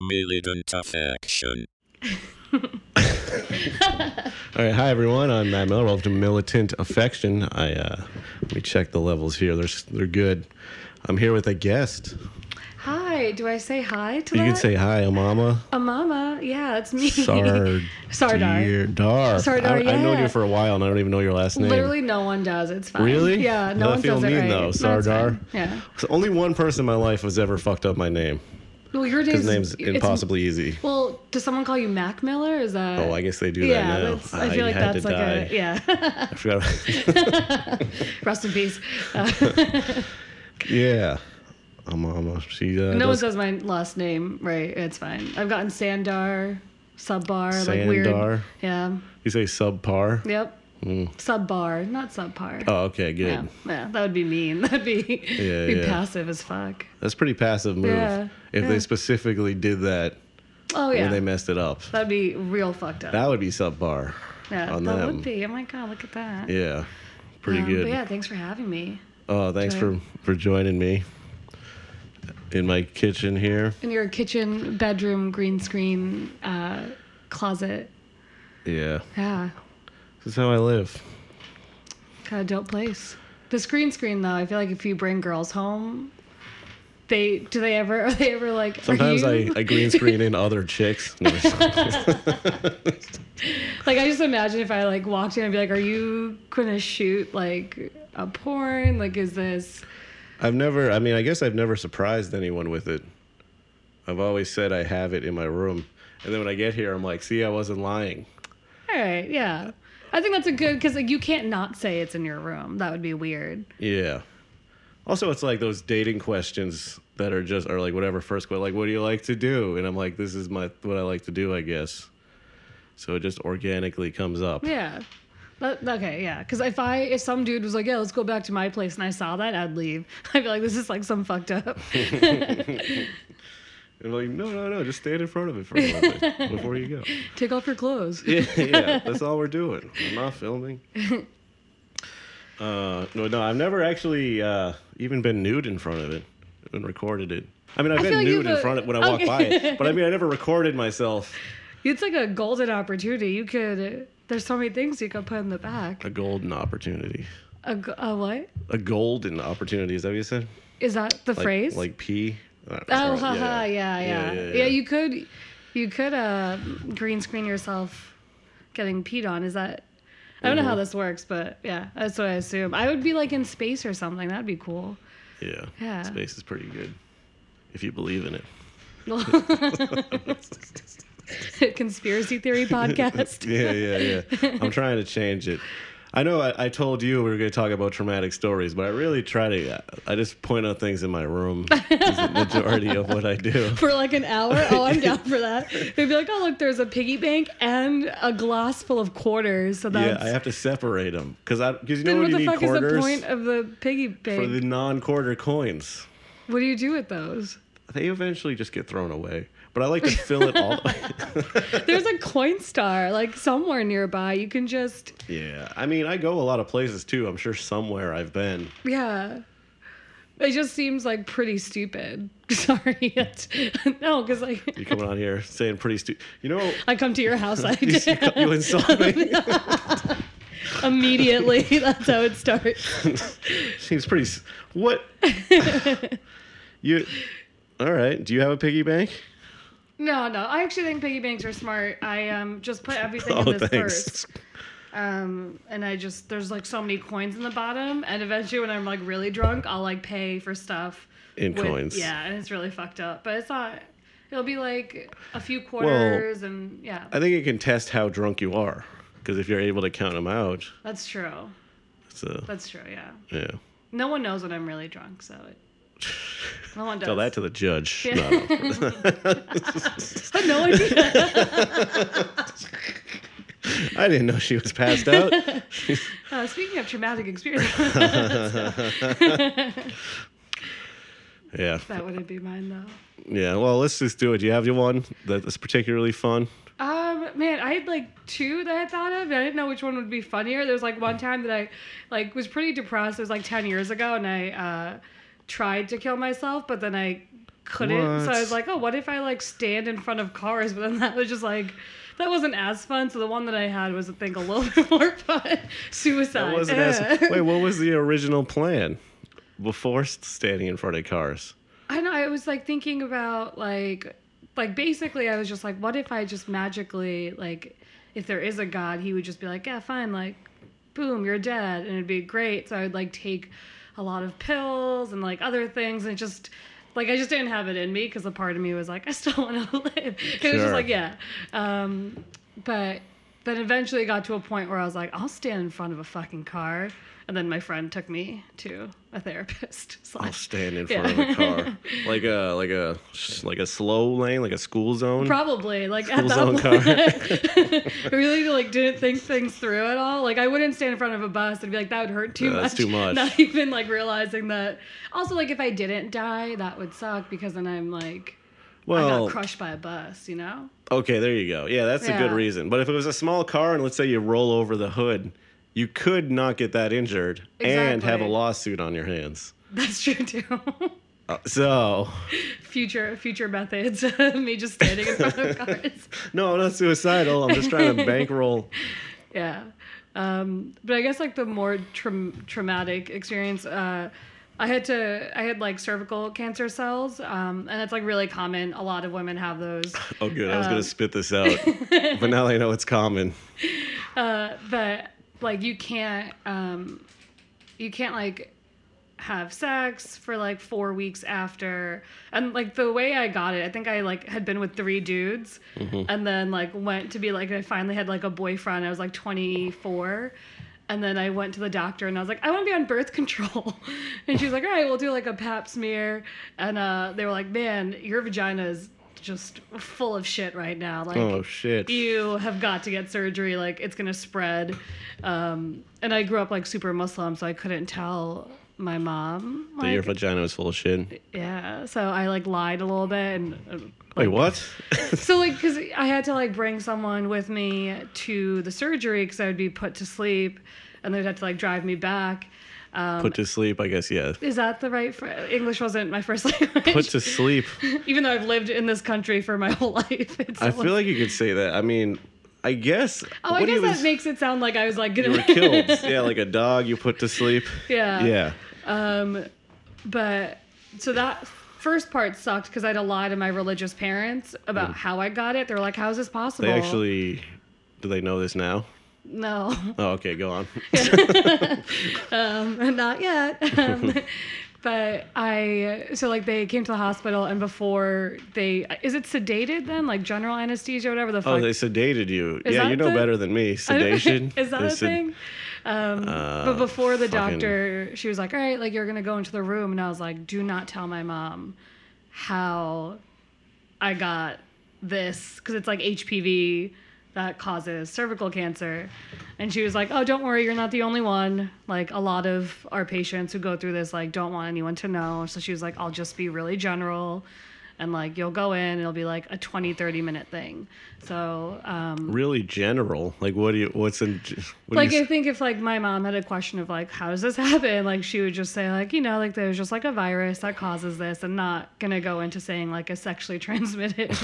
militant affection. All right, hi everyone. I'm Matt Miller. Welcome to Militant Affection. I uh, let me check the levels here. They're s- they're good. I'm here with a guest. Hi. Do I say hi to You that? can say hi, Amama. a mama. Yeah, it's me. Sardar. Sardar. Dar. Sardar, I, I've known yeah. you for a while, and I don't even know your last name. Literally, no one does. It's fine. Really? Yeah. No I one feel does mean it right. though, No, it's fine. Sardar. yeah. So only one person in my life has ever fucked up my name. Well, your His name's, name's it's- impossibly easy. Well, does someone call you Mac Miller? Is that? Oh, I guess they do yeah, that now. that's, I Ah, feel you like had that's to like die. a yeah. I forgot. Rest in peace. Uh, yeah. Amama. She uh, no one does says my last name right. It's fine. I've gotten Sandar, Subbar, like weird. Sandar? Hmm. Yeah. You say subpar? Yep. Subbar, not subpar. Oh, okay, good. Yeah, yeah, that would be mean. That'd be, Yeah, be yeah. passive as fuck. That's a pretty passive move. Yeah, if yeah. they specifically did that Oh when they yeah, messed it up, that'd be real fucked up. that would be subpar. yeah, on that them. would be. Oh my god, look at that. Yeah, pretty Um, good. But yeah, thanks for having me Oh, thanks Sorry. for for joining me in my kitchen here. in your kitchen, bedroom, green screen, uh, closet. Yeah, Yeah, this is how I live. kind of dope place. The screen screen though, I feel like if you bring girls home, they do they ever are they ever like are Sometimes I, you- I green screen in other chicks. No, Like I just imagine if I like walked in and be like, "Are you gonna shoot like a porn? Like, is this?" I've never. I mean, I guess I've never surprised anyone with it. I've always said I have it in my room, and then when I get here, I'm like, see, I wasn't lying. All right, yeah. I think that's a good because like you can't not say it's in your room. That would be weird. Yeah. Also, it's like those dating questions that are just, or like whatever first question, like, what do you like to do? And I'm like, this is my, what I like to do, I guess. So it just organically comes up. Yeah. But, okay, yeah. Because if I if some dude was like, "Yeah, let's go back to my place," and I saw that, I'd leave. I'd be like, "This is like some fucked up." And I'm like, no, no, no, just stand in front of it for a little bit before you go. Take off your clothes. Yeah, yeah, that's all we're doing. I'm not filming. Uh, no, no, I've never actually uh, even been nude in front of it and recorded it. I mean, I've I been feel like nude you've in a- front of when I walk okay. by it, but I mean, I never recorded myself It's like a golden opportunity. You could. There's so many things you could put in the back. a golden opportunity. A, g- a what A golden opportunity, is that what you said? is that? The Like, phrase? Like P? Oh, Oh, haha, yeah yeah. Yeah, you could, you could uh, green screen yourself getting peed on. Is that? I don't know Mm-hmm. how this works, but yeah, that's what I assume. I would be like in space or something. That'd be cool. yeah. Yeah. Space is pretty good if you believe in it. Conspiracy theory podcast. Yeah, yeah, yeah. I'm trying to change it. I know I, I told you we were going to talk about traumatic stories, but I really try to, I just point out things in my room. is the majority of what I do. For like an hour, oh, I'm down for that. They'd be like, "Oh, look, there's a piggy bank and a glass full of quarters." So that's yeah, I have to separate them because I, because you know then when what you the need fuck is the quarters point of the piggy bank? for the non-quarter coins. what do you do with those? They eventually just get thrown away, but I like to fill it all. There's a coin star like somewhere nearby. You can just yeah, I mean, I go a lot of places too. I'm sure somewhere I've been. yeah. It just seems like pretty stupid. Sorry, it's, no, because like You coming on here saying pretty stupid. You know, I come to your house, I you, you, you insult me. immediately. That's how it starts. Seems pretty. s- What? you. All right. Do you have a piggy bank? No, no, I actually think piggy banks are smart. I um just put everything Oh, in this purse, um, and I just there's like so many coins in the bottom, and eventually when I'm like really drunk, I'll like pay for stuff In with- coins. Yeah, and it's really fucked up, but it's not. It'll be like a few quarters, and yeah, I think it can test how drunk you are, because if you're able to count them out, that's true. so That's true. Yeah, yeah. no one knows when I'm really drunk, so it, no one does. Tell that to the judge. No, no. I had no idea. I didn't know she was passed out. Uh, speaking of traumatic experience, yeah. that wouldn't be mine though. Yeah. Well, let's just do it. Do you have your one that's particularly fun? Um, man, I had like two that I thought of. And I didn't know which one would be funnier. There was like one time that I, like, was pretty depressed. It was like ten years ago, and I uh, tried to kill myself, but then I couldn't. So What? I was like, oh, what if I like stand in front of cars? But then that was just like. That wasn't as fun. So the one that I had was, I think, a little bit more fun. Suicide. That wasn't as. Wait, what was the original plan before s- standing in front of cars? I know. I was like thinking about like, like basically, I was just like, what if I just magically like, if there is a god, he would just be like, yeah, fine, like, boom, you're dead, and it'd be great. So I would like take a lot of pills and like other things, and just like I just didn't have it in me because a part of me was like, I still want to live. It Sure. was just like, yeah, um, but. Then eventually it got to a point where I was like, I'll stand in front of a fucking car. And then my friend took me to a therapist. I'll slash stand in Yeah. front of a car, like a like a like a slow lane, like a school zone. Probably like at that zone point, I really like didn't think things through at all. Like I wouldn't stand in front of a bus and be like that would hurt too Yeah, much. that's too much. Not even like realizing that. Also, like if I didn't die, that would suck because then I'm like I well, got crushed by a bus. You know? okay, there you go. Yeah, that's a good Yeah. reason. But if it was a small car and let's say you roll over the hood, you could not get that injured and have a Exactly. lawsuit on your hands. That's true too. Uh, so, future future methods. of Me just standing in front of cars. no, I'm not suicidal. I'm just trying to bankroll. Yeah. Um, but I guess like the more traum traumatic experience, uh, I had to, I had like cervical cancer cells. Um, and that's like really common. A lot of women have those. Oh, good. I was going to spit this out. but now I know it's common. Uh, but like you can't, um, you can't like have sex for like four weeks after. And like the way I got it, I think I like had been with three dudes and then like went to be like, I finally had like a boyfriend. I was like 24. And then I went to the doctor and I was like, I want to be on birth control. and she was like, all right, we'll do like a pap smear. And uh, they were like, man, your vagina is just full of shit right now. Like, Oh, shit. you have got to get surgery like it's gonna spread um and i grew up like super muslim so i couldn't tell my mom That your like, vagina was full of shit. yeah so i like lied a little bit and uh, Wait, like- what? so like because i had to like bring someone with me to the surgery because i would be put to sleep and they'd have to like drive me back um Put to sleep, I guess, yeah. is that the right fr- english wasn't my first language Put to sleep. even though i've lived in this country for my whole life it's I still- feel like you could say that. I mean, I guess. oh i what do guess you that even- makes it sound like i was like You gonna were killed. yeah, like a dog you put to sleep. yeah Yeah. Um, but so that first part sucked because I had to lie to my religious parents about how I got it. They're like, "How is this possible?" Mm. They actually. Do they know this now? no, Oh, okay, go on. um, not yet. Um, but I so like they came to the hospital and before they is it sedated then like general anesthesia whatever the fuck. Oh, they sedated you. Is yeah, that you know the- better than me. I don't- Sedation. is that They a sed- thing? Um, Uh, but before the fucking- doctor, she was like, "All right, like you're gonna go into the room," and I was like, "Do not tell my mom how I got this because it's like HPV that causes cervical cancer." And she was like, "Oh, don't worry, you're not the only one. Like a lot of our patients who go through this like don't want anyone to know." So she was like, "I'll just be really general." And like you'll go in, and it'll be like a 20, 30 minute thing. So um, Really general. Like, what do you? What's in? What like do you, I think if like my mom had a question of like how does this happen, like she would just say like you know like there's just like a virus that causes this, and not gonna go into saying like a sexually transmitted.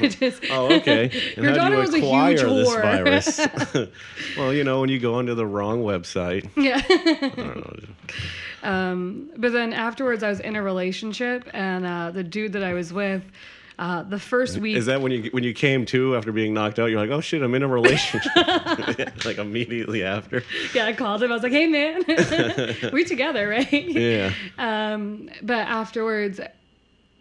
it is. Oh, okay. Your how do daughter you was a huge acquire whore. this virus? well, you know, when you go onto the wrong website. yeah. I don't know. Um, but then afterwards, I was in a relationship, and uh, the dude that I was with, uh, the first week. Is that when you when you came to after being knocked out? You're like, oh shit, I'm in a relationship. like immediately after. yeah, I called him. I was like, "Hey, man, we together, right?" Yeah. Um, but afterwards,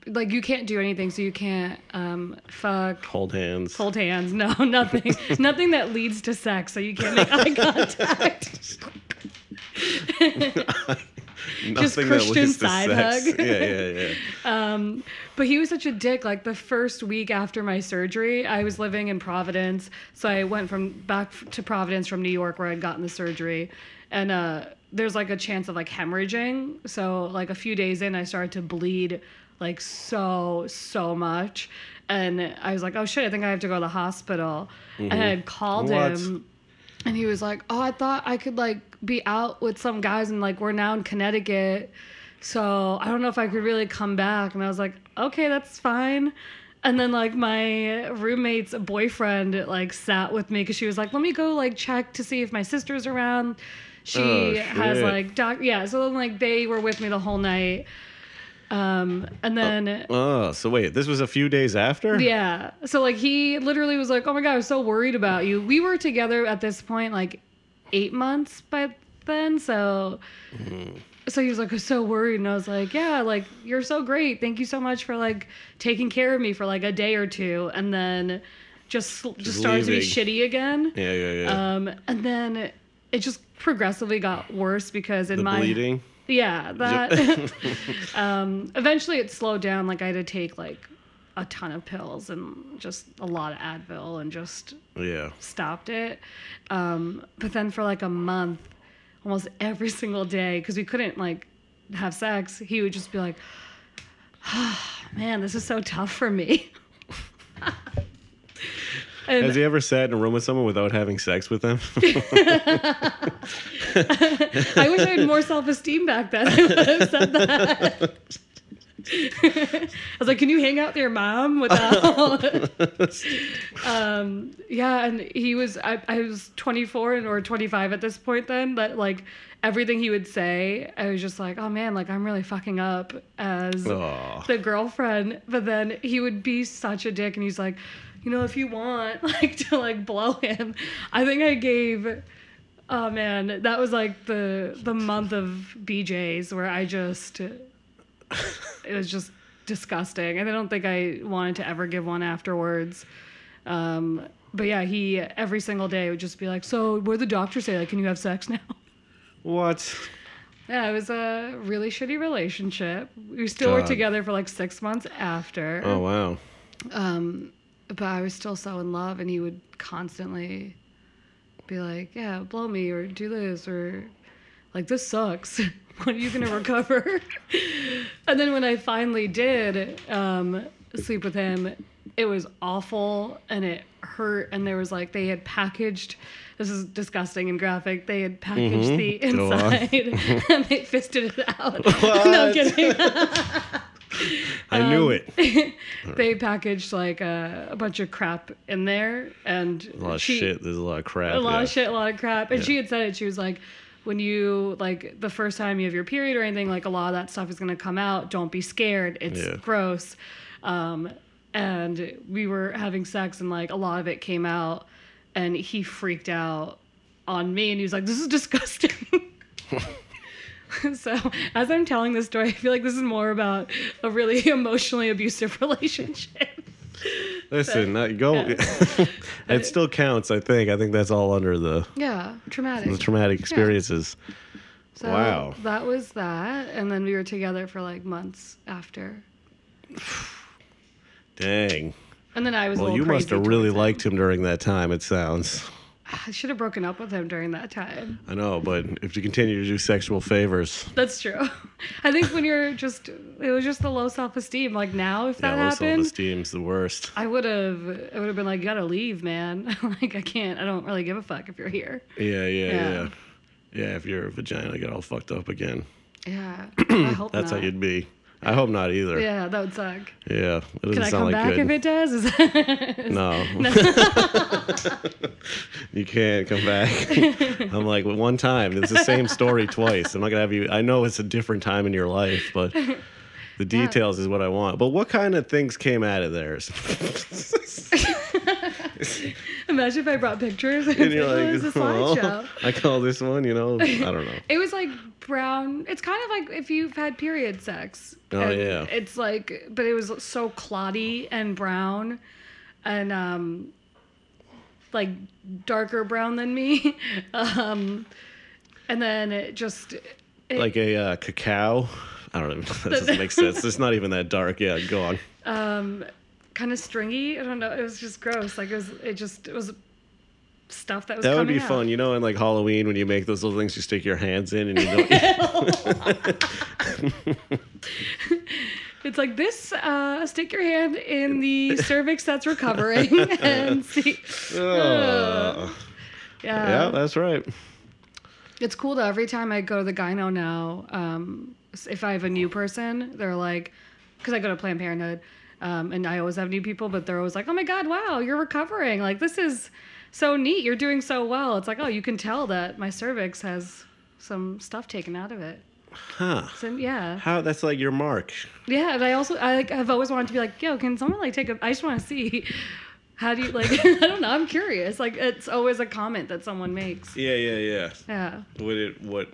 like you can't do anything, so you can't um, fuck, Hold hands. hold hands. No, nothing. nothing that leads to sex. So you can't make eye contact. Nothing Christian side hug. yeah, yeah, yeah. Um, but he was such a dick. Like the first week after my surgery, I was living in Providence, so I went from back f- to Providence from New York, where I'd gotten the surgery, and uh, there's like a chance of like hemorrhaging. So like a few days in, I started to bleed like so so much, and I was like, oh shit, I think I have to go to the hospital, and I had called What? him. And he was like, "Oh, I thought I could like be out with some guys, and like we're now in Connecticut, so I don't know if I could really come back. And I was like, okay, that's fine. And then like my roommate's boyfriend like sat with me because she was like, let me go like check to see if my sister's around. She Oh, has shit. like doc yeah. So then like they were with me the whole night. Um, and then Oh, so wait, this was a few days after? yeah. So like he literally was like, "Oh my god, I was so worried about you." We were together at this point like 8 months by then, so Mm-hmm. so he was like, "I'm so worried." And I was like, "Yeah, like you're so great. Thank you so much for like taking care of me for like a day or two and then just just, Just started to be leaving. shitty again." Yeah, yeah, yeah. Um and then it just progressively got worse because in the my bleeding. yeah, that. um, eventually, it slowed down. Like I had to take like a ton of pills and just a lot of Advil and just Yeah. stopped it. Um, but then for like a month, almost every single day, because we couldn't like have sex, he would just be like, "Man, this is so tough for me." and Has he ever sat in a room with someone without having sex with them? I wish I had more self esteem back then. I would have said that. I was like, "Can you hang out with your mom without?" um, yeah, and he was. I, I was 24 and or 25 at this point. Then that like everything he would say, I was just like, "Oh man, like I'm really fucking up as Aw. the girlfriend." But then he would be such a dick, and he's like, "You know, if you want like to like blow him, I think I gave." Oh man, that was like the the month of BJ's where I just it was just disgusting, and I don't think I wanted to ever give one afterwards. Um, but yeah, he every single day would just be like, "So, what did the doctor say? Like, can you have sex now?" What? Yeah, it was a really shitty relationship. We still were God. together for like six months after, Oh wow. but I was still so in love, and he would constantly be like, "Yeah, blow me or do this or like this sucks. when are you gonna recover?" and then when I finally did um, sleep with him, it was awful and it hurt. And there was like they had packaged. This is disgusting and graphic. They had packaged the Mm-hmm. Go on. inside and they fisted it out. no What? kidding. I knew it. they packaged like a, a bunch of crap in there and A lot of she- Oh, shit. There's a lot of crap. a lot of yeah. shit, a lot of crap. And Yeah. she had said it. She was like, when you like the first time you have your period or anything, like a lot of that stuff is gonna come out. Don't be scared. It's Yeah. gross. Um, and we were having sex, and like a lot of it came out, and he freaked out on me, and he was like, "This is disgusting." so as I'm telling this story, I feel like this is more about a really emotionally abusive relationship. Listen, uh, go. it still counts. I think. I think that's all under the, yeah, traumatic. the traumatic experiences. So Wow. That was that. And then we were together for like months after. Dang. And then I was a Well, little you must crazy have really towards him. liked him during that time. It sounds. I should have broken up with him during that time. I know, but if you continue to do sexual favors, That's true. I think when you're just, it was just the low self esteem. Like now, if that yeah, low happened, self-esteem's the worst. I would have, I would have been like, you gotta leave, man. like I can't, I don't really give a fuck if you're here. Yeah, yeah, Yeah. yeah, yeah. if your vagina got all fucked up again, Yeah. I hope that's not. how you'd be. I hope not either. Yeah, Yeah, that would suck. it doesn't Can I sound come like back good. if it does? Is that- No. you can't come back. I'm like, well, one time. It's the same story twice. I'm not going to have you. I know it's a different time in your life, but the details is what I want. But what kind of things came out of there? Imagine if I brought pictures. and you're it was a like, slideshow. oh, I call this one, you know, I don't know. It was like brown. It's kind of like if you've had period sex. Oh, And yeah. It's like, but it was so cloddy and brown, and um, like darker brown than me. um, and then it just it, Like a uh, cacao. I don't know. That doesn't make sense. It's not even that dark. Yeah, go on. um, kind of stringy. I don't know. It was just gross. Like it was. It just it was stuff that was. That would coming be out. fun, you know, in like Halloween when you make those little things you stick your hands in and you don't. It's like this. Uh, stick your hand in the cervix that's recovering and see. Oh. Yeah. Yeah, that's right. It's cool though. Every time I go to the gyno now, um, s- if I have a new person, they're like, because I go to Planned Parenthood, um, and I always have new people, but they're always like, "Oh my God, wow, you're recovering! Like this is so neat. You're doing so well." It's like, oh, you can tell that my cervix has some stuff taken out of it. Huh. So yeah, How that's like your mark. yeah. And I also I like I've always wanted to be like, yo, can someone like take a? I just want to see. How do you like? I don't know. I'm curious. Like, it's always a comment that someone makes. Yeah, yeah, yeah. Yeah. What it what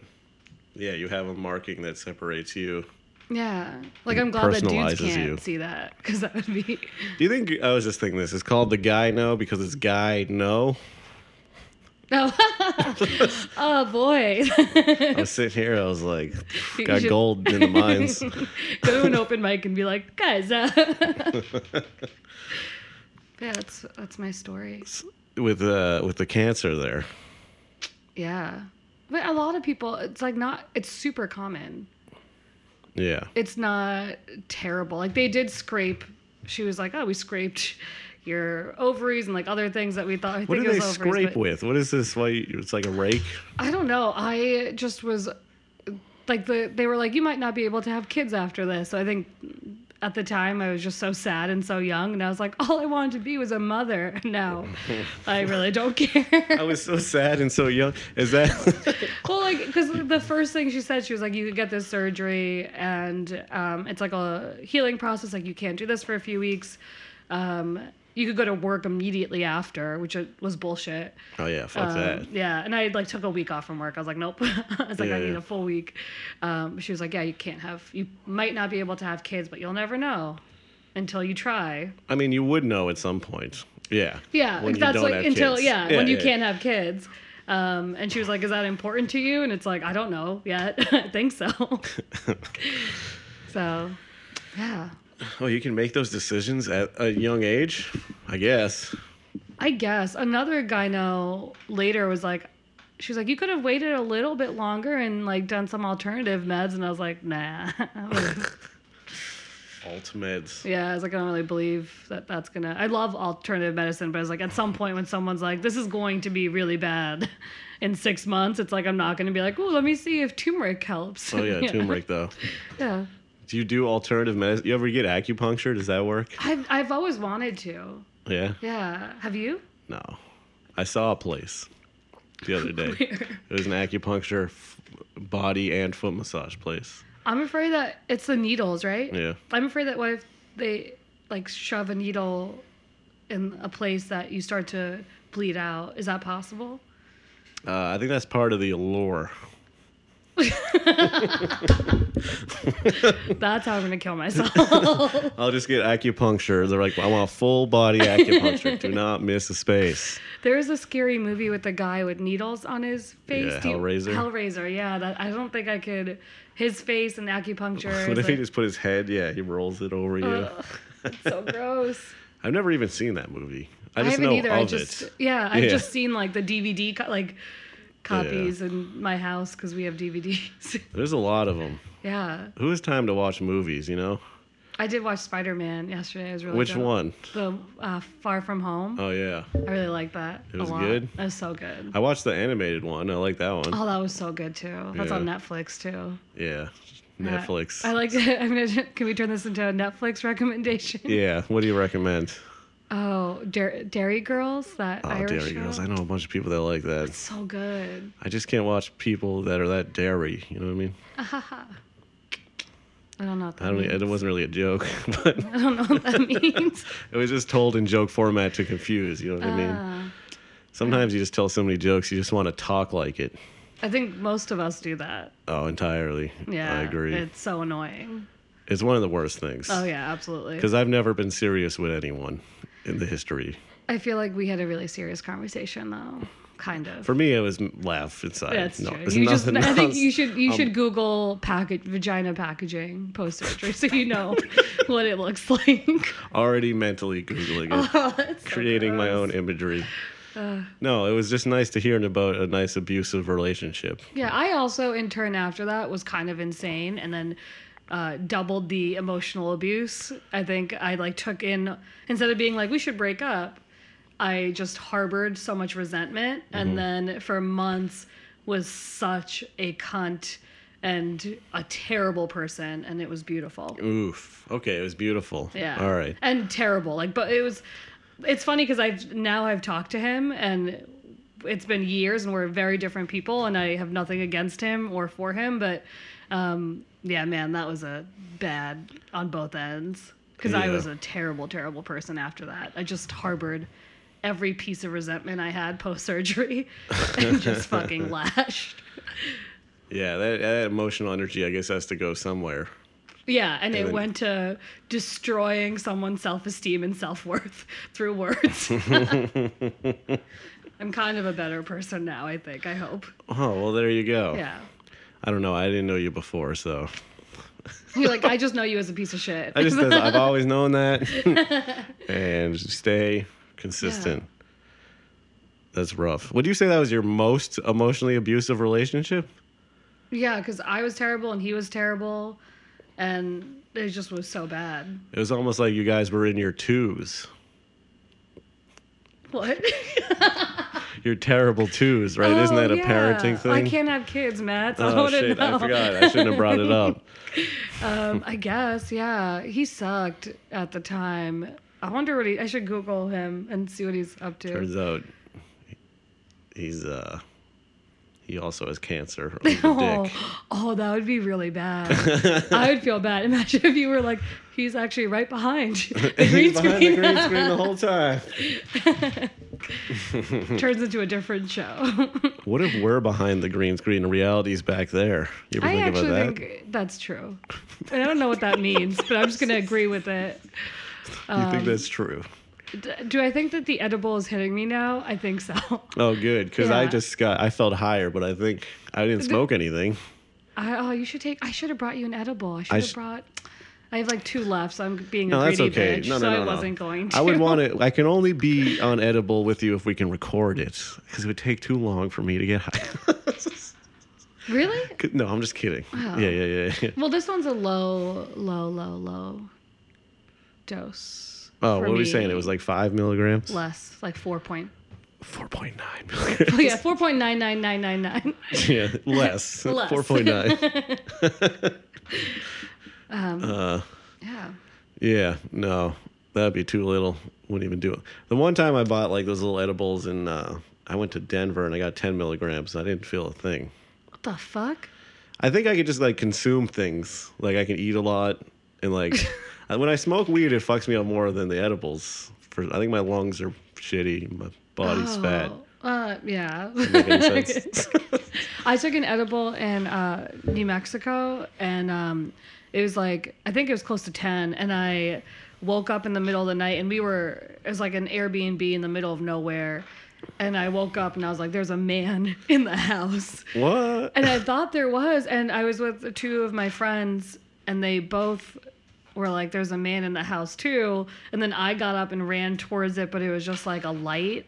yeah, you have a marking that separates you. Yeah. Like, I'm glad that dudes personalizes can't you. see that because that would be. Do you think I was just thinking this? It's called the guy no because it's guy no. No. oh, boy. I was sitting here, I was like, You got should- gold in the mines. Go to an open mic and be like, guys. Uh. yeah, that's, that's my story. with uh with the cancer there. Yeah. But a lot of people, it's like not, it's super common. Yeah. It's not terrible. Like, they did scrape. She was like, oh, we scraped your ovaries and like other things that we thought. I What think do it they was ovaries, scrape but- with? What is this? Why you- it's like a rake? I don't know. I just was like the they were like you might not be able to have kids after this. So I think at the time I was just so sad and so young and I was like all I wanted to be was a mother. Now I really don't I care. was so sad and so young. Is that well, like cuz the first thing she said she was like you could get this surgery and um, it's like a healing process like you can't do this for a few weeks. Um, you could go to work immediately after, which was bullshit. Oh yeah, fuck Um, that. Yeah, and I like took a week off from work. I was like, nope. I was like, Yeah, I need yeah. a full week. Um, she was like, yeah, you can't have. You might not be able to have kids, but you'll never know until you try. I mean, you would know at some point. Yeah. Yeah, When you that's don't like have until kids. yeah, when you yeah. can't have kids. Um, and she was like, is that important to you? And it's like, I don't know yet. I think so. so, yeah. Oh, you can make those decisions at a young age, I guess. I guess another gyno later was like, she's like, you could have waited a little bit longer and like done some alternative meds, and I was like, nah. Alt meds. yeah, I was like, I don't really believe that that's gonna. I love alternative medicine, but I was like, at some point when someone's like, this is going to be really bad in six months, it's like I'm not gonna be like, oh, let me see if turmeric helps. Oh yeah, turmeric though. Yeah, Do you do alternative medicine? You ever get acupuncture? Does that work? I've I've always wanted to. Yeah. Yeah, have you? No. I saw a place the other day. Where? It was an acupuncture f- body and foot massage place. I'm afraid that it's the needles, right? Yeah. I'm afraid that what if they like shove a needle in a place that you start to bleed out? Is that possible? Uh, I think that's part of the allure. That's how I'm gonna kill myself. I'll just get acupuncture. They're like, I want full body acupuncture. Do not miss a space. there is a scary movie with a guy with needles on his face. Yeah, Do you- Hellraiser. Hellraiser, yeah. That I don't think I could. His face and acupuncture. What is Uh. if he like- just put his head? Yeah, he rolls it over you. Ugh, it's so gross. I've never even seen that movie. I I, just haven't know either. of I just it. yeah, I've Yeah. just seen like the DVD co- like copies in my house because we have DVDs. There's a lot of them. yeah. Who has time to watch movies? You know, I did watch Spider Man yesterday. It was really which dope. one? The uh, Far From Home. Oh yeah, I really like that. It was a lot. good? That was so good. I watched the animated one. I like that one. Oh, that was so good too. That's Yeah. on Netflix too. Yeah, Yeah. Netflix. I like it. I'm gonna, can we turn this into a Netflix recommendation? yeah, what do you recommend? Oh, Dairy, Dairy Girls. That Oh, Irish Dairy show? Girls. I know a bunch of people that like that. So good. I just can't watch people that are that dairy. You know what I mean? I don't know. What that I don't. e, means. It wasn't really a joke, but I don't know what that means. it was just told in joke format to confuse. You know what I mean? Uh, Sometimes you just tell so many jokes, you just want to talk like it. I think most of us do that. Oh, entirely. Yeah, I agree. It's so annoying. It's one of the worst things. Oh yeah, absolutely. Because I've never been serious with anyone in the history. I feel like we had a really serious conversation though. Kind of. For me, it was m- laugh inside. That's no, true. it's You just, nothing I think else. Um, you should you should Google package vagina packaging post surgery so you know what it looks like. Already mentally googling it. Oh, Uh. it's so creating my gross. own imagery. no, it was just nice to hear about a nice abusive relationship. Yeah, I also in turn after that was kind of insane, and then uh, doubled the emotional abuse. I think I like took in instead of being like we should break up, I just harbored so much resentment, and then for months was such a cunt and a terrible person, and it was beautiful. Oof. Okay, it was beautiful. Yeah. All right. And terrible. Like, but it was. It's funny because I've now I've talked to him and it's been years and we're very different people and I have nothing against him or for him, but um, yeah, man, that was a bad on both ends because I Yeah. was a terrible, terrible person after that. I just harbored every piece of resentment I had post surgery and just fucking lashed. Yeah, that, that emotional energy, I guess, has to go somewhere. Yeah, and it then- went to destroying someone's self esteem and self worth through words. I'm kind of a better person now, I think. I hope. Oh well, there you go. Yeah. I don't know. I didn't know you before, so You're like, I just know you as a piece of shit. I just I've always known that, and stay consistent. That's rough. Would you say that was your most emotionally abusive relationship? yeah, because I was terrible and he was terrible, and it just was so bad. It was almost like you guys were in your twos, What? your terrible twos, right? Isn't Oh, that a yeah. parenting thing? I can't have kids, Matt. so I oh wouldn't shit! know. I forgot. I shouldn't have brought it up. Um, I guess, yeah. He sucked at the time. I wonder what he. I should Google him and see what he's up to. Turns out he's uh he also has cancer on the Oh, dick. oh, that would be really bad. I would feel bad. Imagine if you were like, he's actually right behind the green He's behind the screen. green screen the whole time. Turns into a different show. What if we're behind the green screen and reality's back there? You ever I think about actually that? think that's true. And I don't know what that means, but I'm just going to agree with it. you Um, think that's true? D- Do I think that the edible is hitting me now? I think so. Oh, good, because I yeah. just got I felt higher, but I think I didn't smoke anything. I, oh, you should take. I should have brought you an edible. I should I have sh- brought. I have like two left, so I'm being No, a that's greedy okay. bitch. no, no, so no, I no. wasn't going to. I would want to. I can only be on edible with you if we can record it, because it would take too long for me to get high. Really? no, I'm just kidding. Yeah, yeah, yeah, yeah. Well, this one's a low, low, low, low dose. Oh, for what were we me. saying? It was like five milligrams. less, like four point. Four point nine milligrams. Oh yeah, four point nine nine nine nine nine. yeah, less. Less. Four point nine. Yeah. Yeah, no, that'd be too little. Wouldn't even do it. The one time I bought like those little edibles, and uh, I went to Denver and I got ten milligrams. I didn't feel a thing. What the fuck? I think I could just like consume things. Like I can eat a lot, and like when I smoke weed, it fucks me up more than the edibles. For I think my lungs are shitty. My body's fat. Oh, Uh, yeah. Make any sense? I took an edible in uh, New Mexico, and um, it was like I think it was close to ten, and I woke up in the middle of the night, and we were it was like an Airbnb in the middle of nowhere, and I woke up and I was like, "There's a man in the house," what? and I thought there was, and I was with two of my friends, and they both were like, "There's a man in the house too," and then I got up and ran towards it, but it was just like a light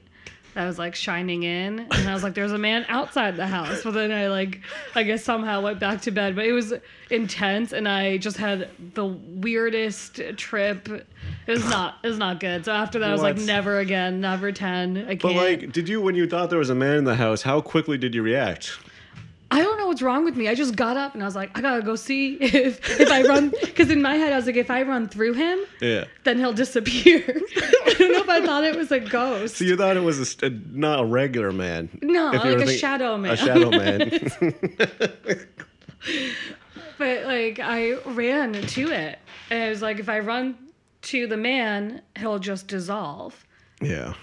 that was like shining in, and I was like, "There's a man outside the house," but then I like, I guess somehow went back to bed, but it was intense, and I just had the weirdest trip. It was not, it was not good. So after that, I was like, What? "Never again, never ten again." But like, did you when you thought there was a man in the house? How quickly did you react? I don't know what's wrong with me. I just got up and I was like, I gotta go see if if I run because in my head I was like, if I run through him, Yeah. then he'll disappear. I don't know if I thought it was a ghost. So you thought it was a, st- uh, not a regular man? No, If you like were a think- shadow A man. shadow man. but like I ran to it and I was like, if I run to the man, he'll just dissolve. yeah.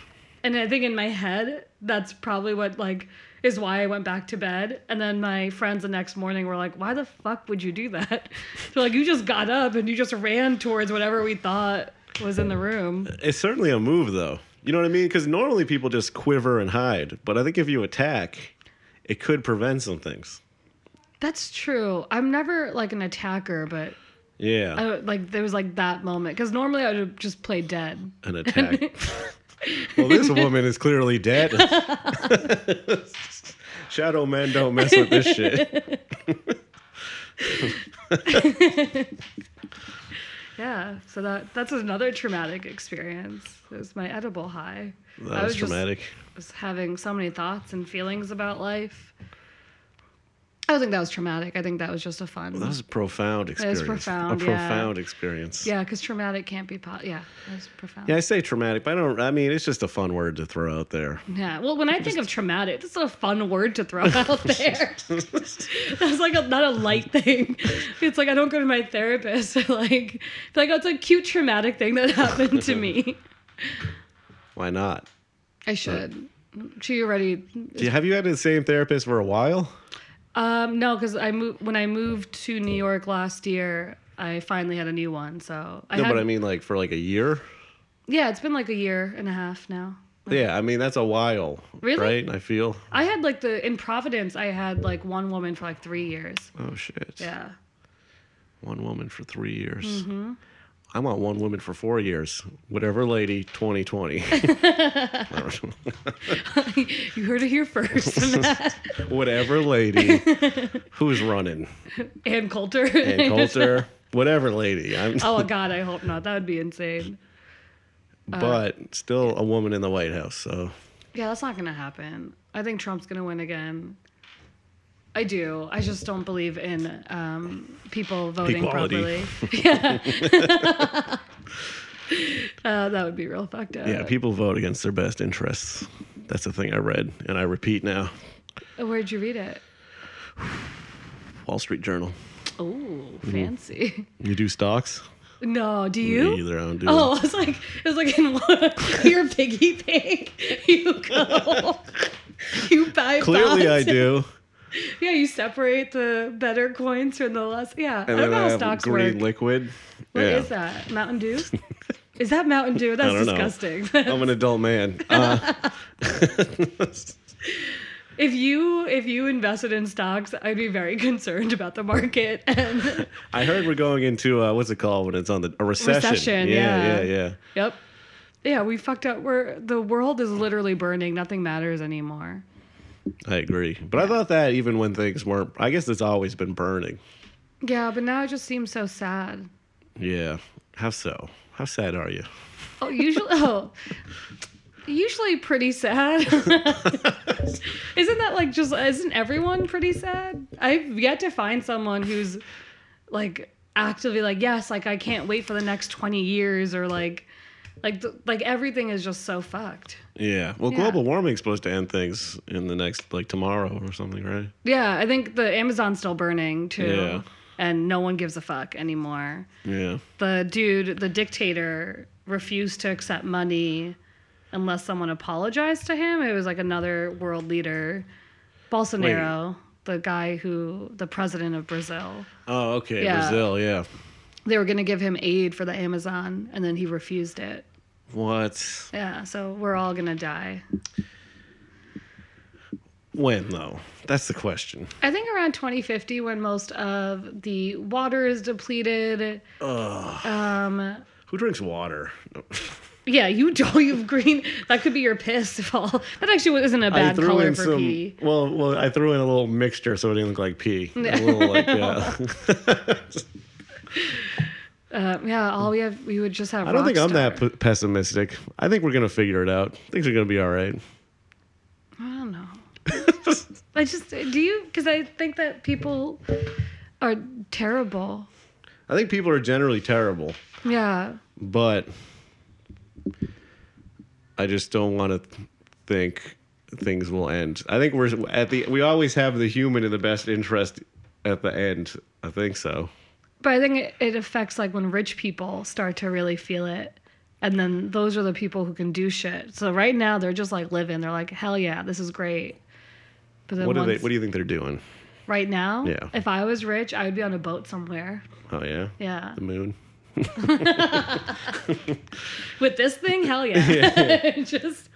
And I think in my head, that's probably what like is why I went back to bed. And then my friends the next morning were like, "Why the fuck would you do that?" They're like, "You just got up and you just ran towards whatever we thought was in the room." It's certainly a move, though. You know what I mean? Because normally people just quiver and hide. But I think if you attack, it could prevent some things. That's true. I'm never like an attacker, but Yeah. I, like there was like that moment because normally I would have just play dead. An attack. well, this woman is clearly dead. shadow men don't mess with this shit. Yeah, so that that's another traumatic experience. It was my edible high. I That was just- traumatic. was having so many thoughts and feelings about life I don't think that was traumatic. I think that was just a fun. That was a profound experience. profound, A yeah. profound experience. yeah, because traumatic can't be. Po- yeah, it was profound. Yeah, I say traumatic, but I don't. I mean, it's just a fun word to throw out there. Yeah. Well, when I think of traumatic, that's a fun word to throw out there. that's like a, not a light thing. It's like I don't go to my therapist. like, it's like oh, it's a cute traumatic thing that happened to me. Why not? I should. She already. Do you, have you had the same therapist for a while? Um, no, because I moved when I moved to New York last year. I finally had a new one. So I No, had, Uh-huh. but I mean, like for like a year. yeah, it's been like a year and a half now. Yeah, I mean that's a while, Really? right? I feel. I had like the in Providence. I had like one woman for like three years. Oh shit. Yeah. One woman for three years. Mm-hmm. I want one woman for four years. Whatever, lady, twenty twenty. you heard it here first. Matt. whatever, lady. Who's running? Ann Coulter. And Coulter. Whatever, lady. I'm. oh God, I hope not. That would be insane. Oh. but still a woman in the White House. So Yeah, that's not gonna happen. I think Trump's gonna win again. I do. I just don't believe in um, people voting Equality. properly. Yeah. uh, that would be real fucked up. yeah, people vote against their best interests. That's the thing I read, and I repeat now. Where'd you read it? Wall Street Journal. Oh, Mm. fancy. You do stocks? No, do you? Me either. I don't do. Oh, I was like, it was like in one clear piggy bank. You go, you buy. Clearly, I bonds. do. Yeah, you separate the better coins from the less. Yeah, And I then don't know I how have stocks green work. liquid. What yeah. is that? Mountain Dew? is that Mountain Dew? That's don't know. Um, disgusting. I'm an adult man. Uh, if you if you invested in stocks, I'd be very concerned about the market. And I heard we're going into uh, what's it called when it's on the a recession. Recession, yeah, yeah. yeah, yeah. yep, yeah, we fucked up. We're the world is literally burning. Nothing matters anymore. I agree. But I thought that even when things weren't, I guess it's always been burning. Yeah, but now it just seems so sad. Yeah. How so? How sad are you? Oh, usually, oh, usually pretty sad. isn't that like just? Isn't everyone pretty sad? I've yet to find someone who's like actively like, yes, like I can't wait for the next twenty years, or like, like, th- like everything is just so fucked. Yeah. Well, Yeah. global warming's supposed to end things in the next, like tomorrow or something, right? Yeah, I think the Amazon's still burning too, Yeah. and no one gives a fuck anymore. Yeah. the dude, the dictator, refused to accept money unless someone apologized to him. It was like another world leader, Bolsonaro, the guy who, the president of Brazil. Oh, okay. Yeah. Brazil. Yeah. They were going to give him aid for the Amazon, and then he refused it. What? Yeah, so we're all going to die. When though? That's the question. I think around 2050, when most of the water is depleted. Um, Who drinks water? yeah, you don't. You've green. That could be your piss. If all that actually isn't a I bad threw color in for some. pee. Well, well, I threw in a little mixture so it didn't look like pee. A little like uh, Um, yeah, all we have, we would just have. I don't think I'm that p- pessimistic. I think we're gonna figure it out. Things are gonna be all right. I don't know. I just do you because I think that people are terrible. I think people are generally terrible, Yeah, but I just don't want to think things will end. I think we're at the. We always have the human in the best interest at the end. I think so. but I think it, it affects like when rich people start to really feel it, and then those are the people who can do shit. So right now they're just like living. They're like, hell yeah, this is great. But then What do once, they? What do you think they're doing? right now, Yeah. if I was rich, I would be on a boat somewhere. Oh yeah, Yeah, the moon. with this thing, hell yeah. just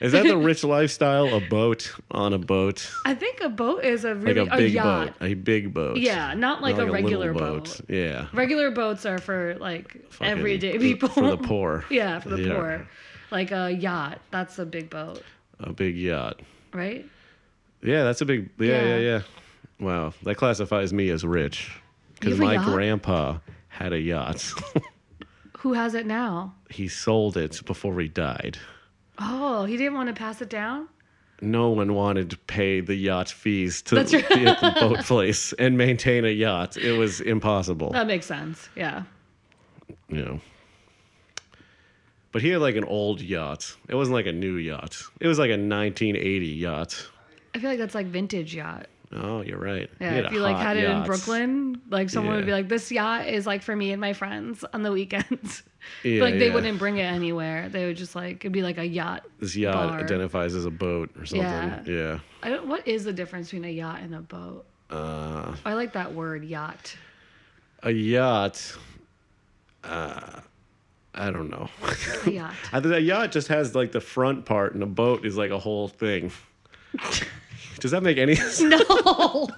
Is that the rich lifestyle? A boat on a boat, I think a boat is a like really a big yacht. boat, a big boat. Yeah, not like, Not a little regular boat. Yeah, Regular boats are for like Fucking everyday f- people. for the poor. yeah, for the Yeah. poor. Like a yacht, that's a big boat, a big yacht. right? Yeah, that's a big. Yeah, yeah, Yeah. yeah. Wow, that classifies me as rich You because have a my yacht? grandpa had a yacht. Who has it now? he sold it before he died. Oh, he didn't want to pass it down? no one wanted to pay the yacht fees to That's right. be at the boat place and maintain a yacht. It was impossible. That makes sense. Yeah. you know. But he had like an old yacht. It wasn't like a new yacht. It was like a 1980 yacht. I feel like that's like vintage yacht. Oh, you're right. He Yeah, had if a you like hot had it in yacht. Brooklyn, like someone would Yeah. be like, "This yacht is like for me and my friends on the weekends." Yeah, like they yeah. wouldn't bring it anywhere. They would just like it'd be like a yacht. This yacht bar. identifies as a boat or something. Yeah. Yeah. I don't. What is the difference between a yacht and a boat? Uh, I like that word yacht. a yacht. Uh, I don't know. A yacht. I think a yacht just has like the front part, and a boat is like a whole thing. Does that make any sense? no.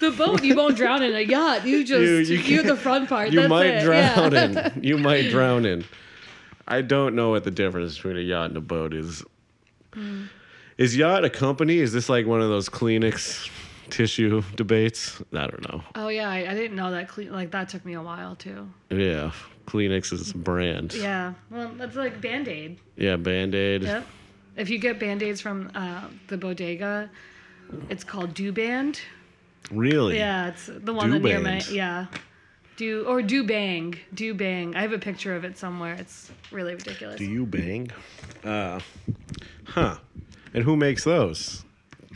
the boat you won't drown in. A yacht you just you, you the front part. You that's might it. Yeah. drown in. You might drown in. I don't know what the difference between a yacht and a boat is. Hmm. Is yacht a company? Is this like one of those Kleenex tissue debates? I don't know. Oh yeah, I, I didn't know that. Cle- like that took me a while too. Yeah, Kleenex is a brand. Yeah, Yeah. Well, that's like Band Aid. Band Aid. Yep. If you get band aids from uh, the bodega, it's called Do Band. Really? Yeah, it's the one that near my Duband. yeah. Do or do bang, do bang. I have a picture of it somewhere. It's really ridiculous. Do you bang? Uh, huh. And who makes those?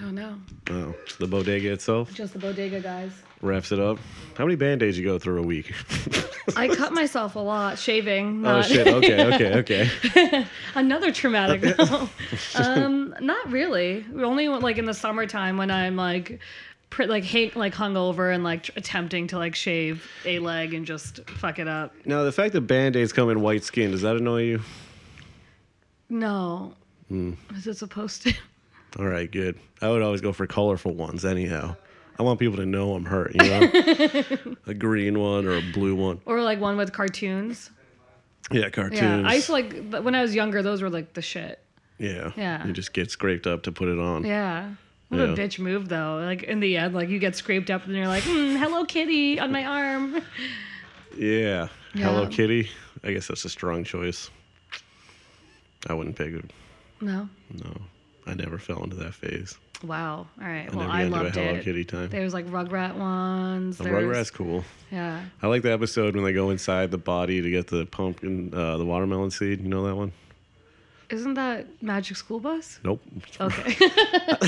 oh no, Oh, the bodega itself just the bodega guys. wraps it up. How many band aids you go through a week? I cut myself a lot shaving. oh Not shit. Okay. Okay. Okay. another traumatic. no. um, not really. Only like in the summertime when I'm like. pr- Like hang, like hungover and like tr- attempting to like shave a leg and just fuck it up. Now, the fact that band aids come in white skin, does that annoy you? No. Hmm. Is it supposed to? All right, good. I would always go for colorful ones, anyhow. I want people to know I'm hurt, you know? a green one or a blue one. Or like one with cartoons. Yeah, cartoons. Yeah. I used to like, but when I was younger, those were like the shit. yeah. Yeah. You just get scraped up to put it on. Yeah. What a Yeah. bitch move though. Like in the end, like you get scraped up and you're like, "Hmm, hello kitty on my arm. Yeah. Hello Yeah. Kitty. I guess that's a strong choice. I wouldn't pick it. No. No. I never fell into that phase. Wow. All right. I Well, never I got loved into a Hello it. Kitty time. There was like Rugrat ones. The there was- Rugrats cool. Yeah. I like the episode when they go inside the body to get the pumpkin, uh, the watermelon seed. You know that one? Isn't that Magic School Bus? Nope. Okay.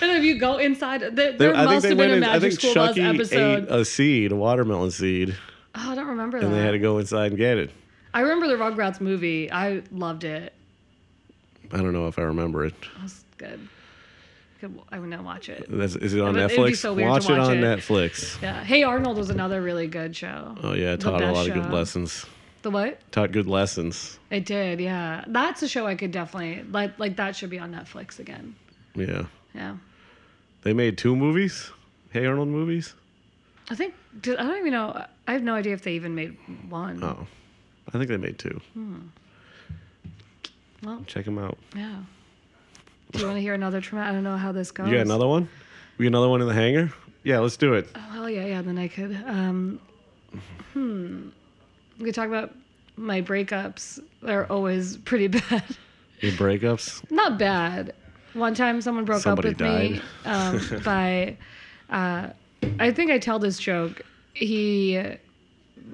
and if you go inside, there, They- there must have been a in- Magic School Chucky Bus episode. ate a seed, a watermelon seed, oh, I don't remember that. and they had to go inside and get it. I remember the Rugrats movie. I loved it. I don't know if I remember it. It was good. Good- I would not watch it. That's, is it on It would- it would be Netflix? so weird to watch, it watch on it. Netflix. Yeah. Hey Arnold was another really good show. Oh yeah, it The taught a best lot of good show. lessons. The what? Taught good lessons. It did. Yeah. That's a show I could definitely like. Like that should be on Netflix again. Yeah, Yeah. they made two movies. Hey Arnold movies. I think. Did, I don't even know. I have no idea if they even made one. Oh, I think they made two. Well. Check them out. Yeah. Do you want to hear another trauma? I don't know how this goes. You got another one? We got another one in the hangar? Yeah, let's do it. Oh hell yeah, yeah. Then I could. Um, hmm. We could talk about my breakups. They're always pretty bad. Your breakups. not bad. One time, someone broke Somebody up with me um, by. Uh, I think I tell this joke. He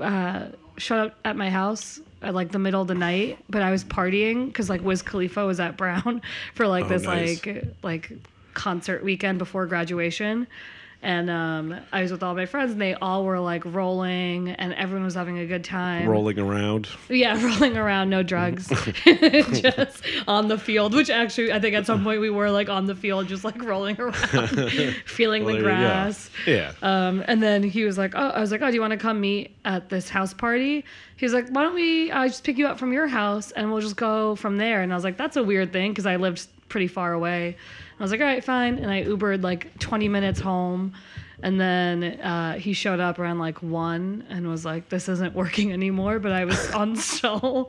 uh, showed up at my house at like the middle of the night, but I was partying because like Wiz Khalifa was at Brown for like Oh, this nice. like like concert weekend before graduation. And um, I was with all my friends, and they all were like rolling, and everyone was having a good time. Rolling around. Yeah, rolling around, no drugs, just on the field. Which actually, I think at some point we were like on the field, just like rolling around, feeling the There you go. grass. Yeah. Um, and then he was like, "Oh, I was like, oh, do you want to come meet at this house party?" He was like, "Why don't we uh, just pick you up from your house and we'll just go from there?" And I was like, "That's a weird thing because I lived pretty far away." I was like, "All right, fine." And I Ubered like 20 minutes home, And then uh, he showed up around like one and was like, "This isn't working anymore." But I was on so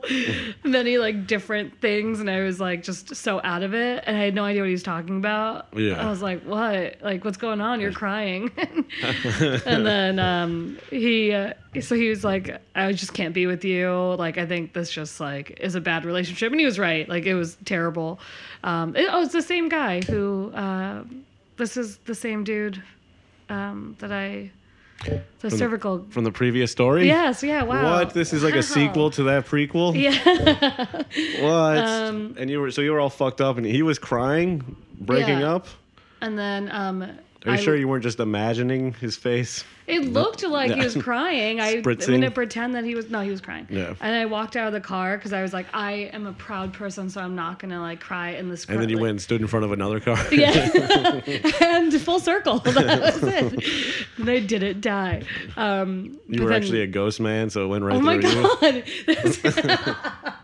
many like different things, and I was like just so out of it, and I had no idea what he was talking about. Yeah. I was like, "What? Like, what's going on? You're crying." and then um, he, uh, so he was like, "I just can't be with you. Like, I think this just like is a bad relationship." And he was right. Like, it was terrible. Um, it, oh, it's the same guy who. Uh, this is the same dude um, that I the cervical. From the previous story? yes. Yeah. Wow. What? This is like Wow. a sequel to that prequel? Yeah. What? Um, and you were so you were all fucked up, and he was crying, breaking Yeah. up. and then um. Are you I- sure you weren't just imagining his face? It looked like he was Yeah. crying. I, I'm Spritzing. gonna pretend that he was. No, he was crying. Yeah. And I walked out of the car because I was like, I am a proud person, so I'm not gonna like cry in this. And then you like, went and stood in front of another car. Yeah. and full circle. That was it. And I didn't die. Um, You but were then- actually a ghost man, so it went right Oh through my you. god!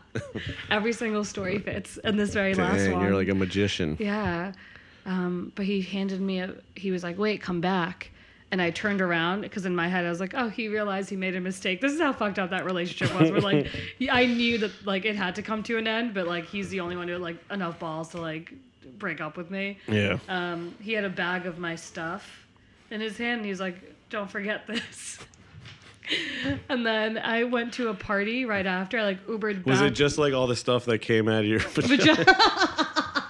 Every single story fits, and this very last Dang, one. you're like a magician. yeah, um, but he handed me a. He was like, "Wait, come back," and I turned around because in my head I was like, "Oh, he realized he made a mistake." This is how fucked up that relationship was. We're like, yeah, I knew that like it had to come to an end, but like he's the only one who had like enough balls to like break up with me. Yeah. Um, he had a bag of my stuff in his hand. And he's like, "Don't forget this." and then I went to a party right after. I like Ubered. Was back. it just like all the stuff that came out of your vagina? Vagina.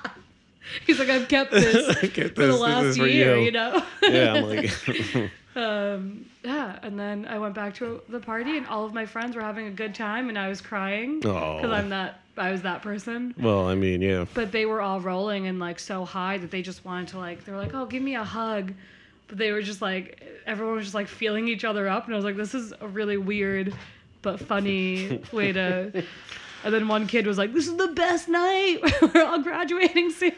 he's like, "I've kept this Get this, for the this last is for year," you. you, know. Yeah, I'm like, um, yeah. And then I went back to the party, and all of my friends were having a good time, and I was crying Oh. because I'm that I was that person. well, I mean, yeah. but they were all rolling and like so high that they just wanted to like they were like oh give me a hug but they were just like everyone was just like feeling each other up and i was like this is a really weird but funny way to and then one kid was like this is the best night we're all graduating soon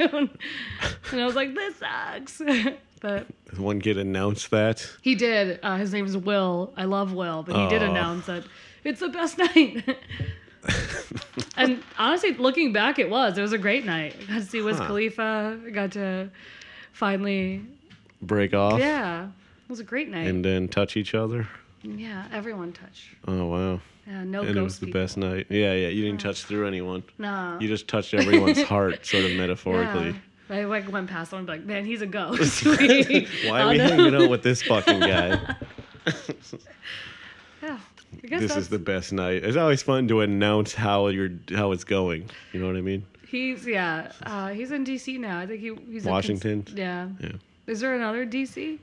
and i was like this sucks but One kid announced that. he did uh, his name is will i love will but he did Aw. announce that it's the best night and honestly, looking back, it was. It was a great night. I got to see Wiz Huh. Khalifa. I got to finally, Break off yeah, it was a great night. and then touch each other. yeah, everyone touched. Oh, wow. Yeah, no And ghost it was the people. best night. Yeah, yeah. You didn't touch through anyone. No. You just touched everyone's heart, sort of yeah. metaphorically. I like went past someone and be like, man, he's a ghost. Why Why are we hanging out with this fucking guy? Yeah. I guess this that's, is the best night. It's always fun to announce how you're how it's going. You know what I mean? he's yeah. Uh, he's in D.C. now. I think he he's a Washington? cons- yeah. Yeah. Is there another D.C.?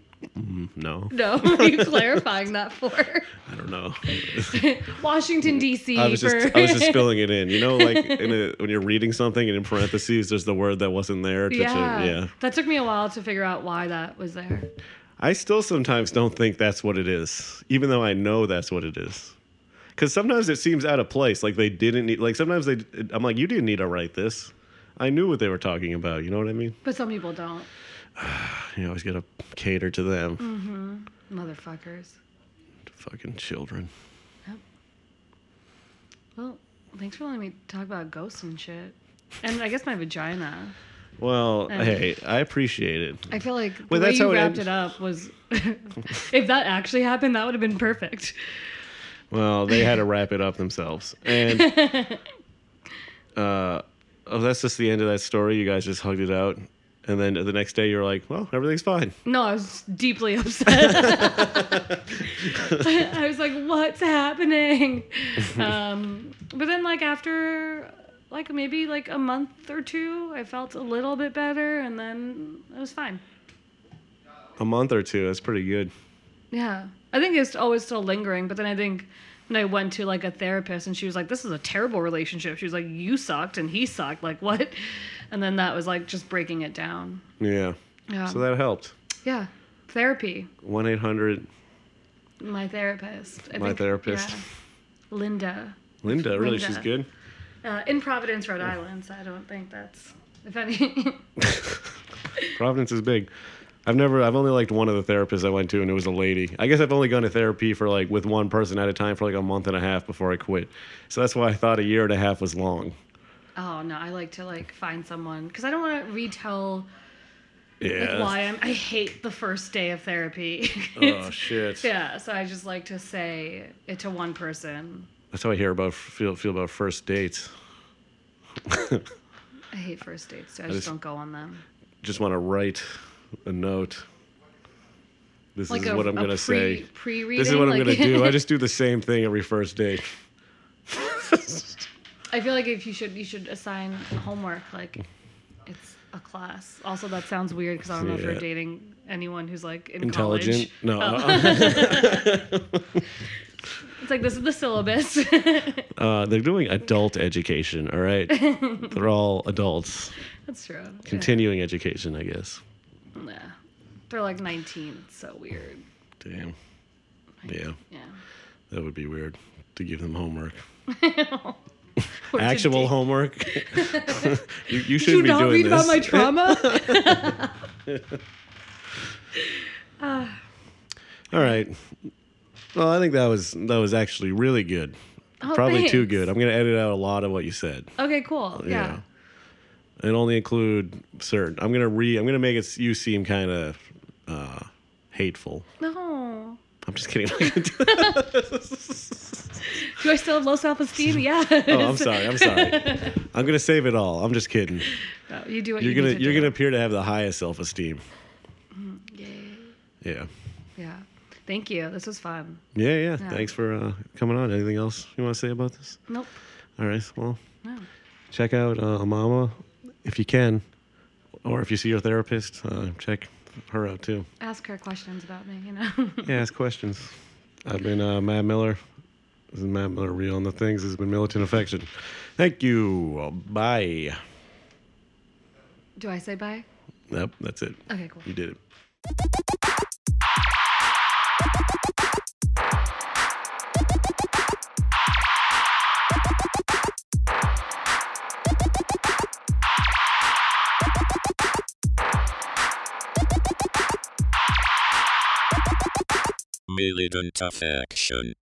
No, No, what are you clarifying that for? I don't know. Washington D.C. Mm. I was just for- I was just filling it in. You know, like in a, when you're reading something and in parentheses there's the word that wasn't there. to- to- Yeah. yeah. That took me a while to figure out why that was there. I still sometimes don't think that's what it is, even though I know that's what it is. Because sometimes it seems out of place. Like they didn't need. Like sometimes they. I'm like, you didn't need to write this. I knew what they were talking about. You know what I mean? But some people don't. You always gotta cater to them. Motherfuckers. Fucking children. Well, thanks for letting me talk about ghosts and shit. And I guess my vagina. Well, Yeah. hey, I appreciate it. I feel like the Well, way that's you how it wrapped ends. it up was. if that actually happened, that would have been perfect. Well, they had to wrap it up themselves. And uh, oh, that's just the end of that story. You guys just hugged it out, and then the next day you're like, well, everything's fine. No, I was deeply upset. I was like, "What's happening?" Um, but then, like after, like maybe like a month or two, I felt a little bit better, and then it was fine. A month or two. That's pretty good. Yeah, I think it's always still lingering. But then I think when I went to like a therapist, and she was like, "This is a terrible relationship." She was like, "You sucked, and he sucked. Like what?" And then that was like just breaking it down. Yeah. Yeah, So that helped. yeah, therapy. One eight hundred. My therapist. I My therapist. yeah. Linda. Linda, really, she's Linda. good. Uh, in Providence, Rhode Island, so I don't think that's if any. Providence is big. I've never, I've only liked one of the therapists I went to, and it was a lady. I guess I've only gone to therapy for like with one person at a time for like a month and a half before I quit. So that's why I thought a year and a half was long. oh no, I like to like find someone because I don't want to retell. Yeah. Like why I'm I hate the first day of therapy. oh It's- shit. Yeah, so I just like to say it to one person. That's how I hear about feel feel about first dates. I hate first dates. too. I just just- don't go on them. Just want to write a note. This Like is a, what I'm a gonna pre, say. Pre-reading. This is what I'm like- gonna do. I just do the same thing every first date. I feel like if you should, you should assign homework. Like, it's a class. Also, that sounds weird because I don't know if Yeah. you're dating anyone who's like in Intelligent? College. Oh. No. uh, It's like this is the syllabus. Uh, they're doing adult education. All right. they're all adults. That's true. Yeah. Continuing education, I guess. Nah. They're like 19. It's so weird. Damn. Yeah, Yeah. that would be weird to give them homework. Or to Actual date- homework. you, you Did you shouldn't be not doing read this. about my trauma? All right. Well, I think that was that was actually really good. Oh, Probably too thanks. good. I'm gonna edit out a lot of what you said. Okay, cool. Yeah. Yeah. and only include certain. I'm gonna re. I'm gonna make it. s- You seem kind of uh, hateful. No. I'm just kidding. oh, Do I still have low self esteem? Yeah. Oh, I'm sorry. I'm sorry. I'm gonna save it all. I'm just kidding. No, you do what You're you gonna need to you're do. gonna appear to have the highest self esteem. Yay. Yeah. Yeah. Thank you. This was fun. yeah. Yeah. Yeah. Thanks for uh, coming on. Anything else you want to say about this? Nope. All right. Well, No. check out uh, Amama if you can, or if you see your therapist, uh, check her out too. Ask her questions about me, you know? Yeah, ask questions. I've been uh, Matt Miller. This is Matt Miller Real on the Things. This has been Militant Affection. Thank you. Bye. do I say bye? Yep, that's it. Okay, cool. You did it. Militant affection.